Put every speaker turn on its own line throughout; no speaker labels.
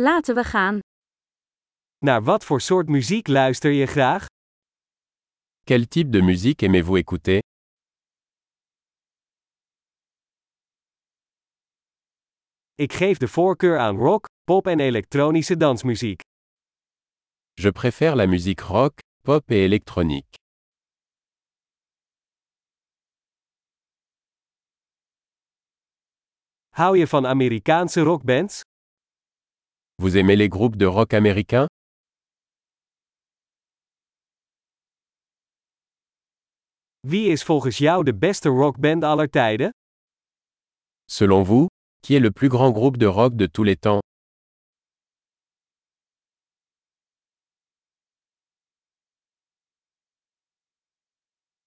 Laten we gaan.
Naar wat voor soort muziek luister je graag?
Quel type de musique aimez-vous écouter
Ik geef de voorkeur aan rock, pop en elektronische dansmuziek.
Je préfère la musique rock, pop et électronique.
Hou je van Amerikaanse rockbands?
Vous aimez les groupes de rock américains
Wie is volgens jou de beste rockband aller tijden?
Selon vous, qui est le plus grand groupe de rock de tous les temps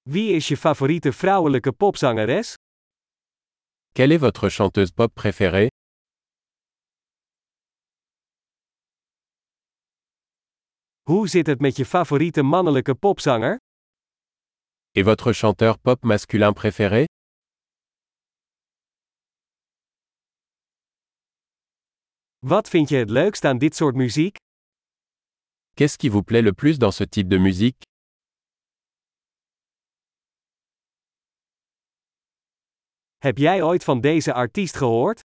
Wie is je favoriete vrouwelijke popzangeres?
Quelle est votre chanteuse pop préférée
Hoe zit het met je favoriete mannelijke popzanger?
Et votre chanteur pop masculin préféré
Wat vind je het leukst aan dit soort muziek?
Qu'est-ce qui vous plaît le plus dans ce type de musique
Heb jij ooit van deze artiest gehoord?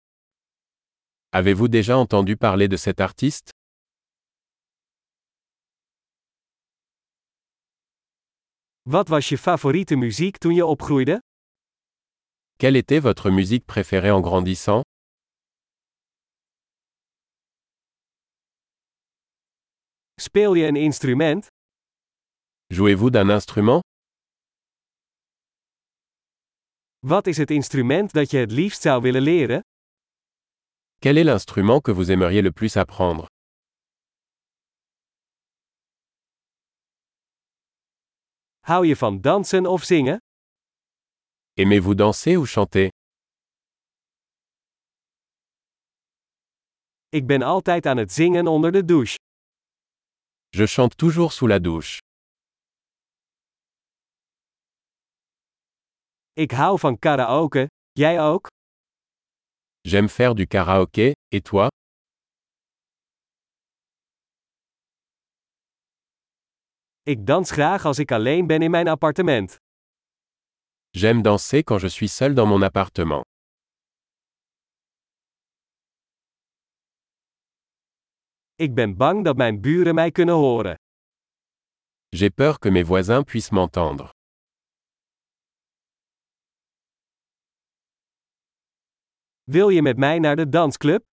Avez-vous déjà entendu parler de cet artiste
Wat was je favoriete muziek toen je opgroeide?
Quelle était votre musique préférée en grandissant
Speel je een instrument?
Jouez-vous d'un instrument
Wat is het instrument dat je het liefst zou willen leren?
Quel est l'instrument que vous aimeriez le plus apprendre
Hou je van dansen of zingen?
Aimez-vous danser ou chanter
Ik ben altijd aan het zingen onder de douche.
Je chante toujours sous la douche.
Ik hou van karaoke, jij ook?
J'aime faire du karaoké, et toi
Ik dans graag als ik alleen ben in mijn appartement.
J'aime danser quand je suis seul dans mon appartement.
Ik ben bang dat mijn buren mij kunnen horen.
J'ai peur que mes voisins puissent m'entendre.
Wil je met mij naar de dansclub?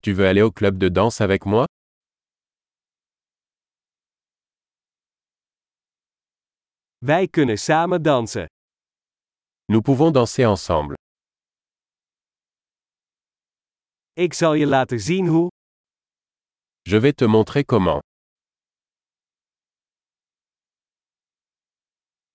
Tu veux aller au club de danse avec moi
Wij kunnen samen dansen.
Nous pouvons danser ensemble.
Ik zal je laten zien hoe.
Je vais te montrer comment.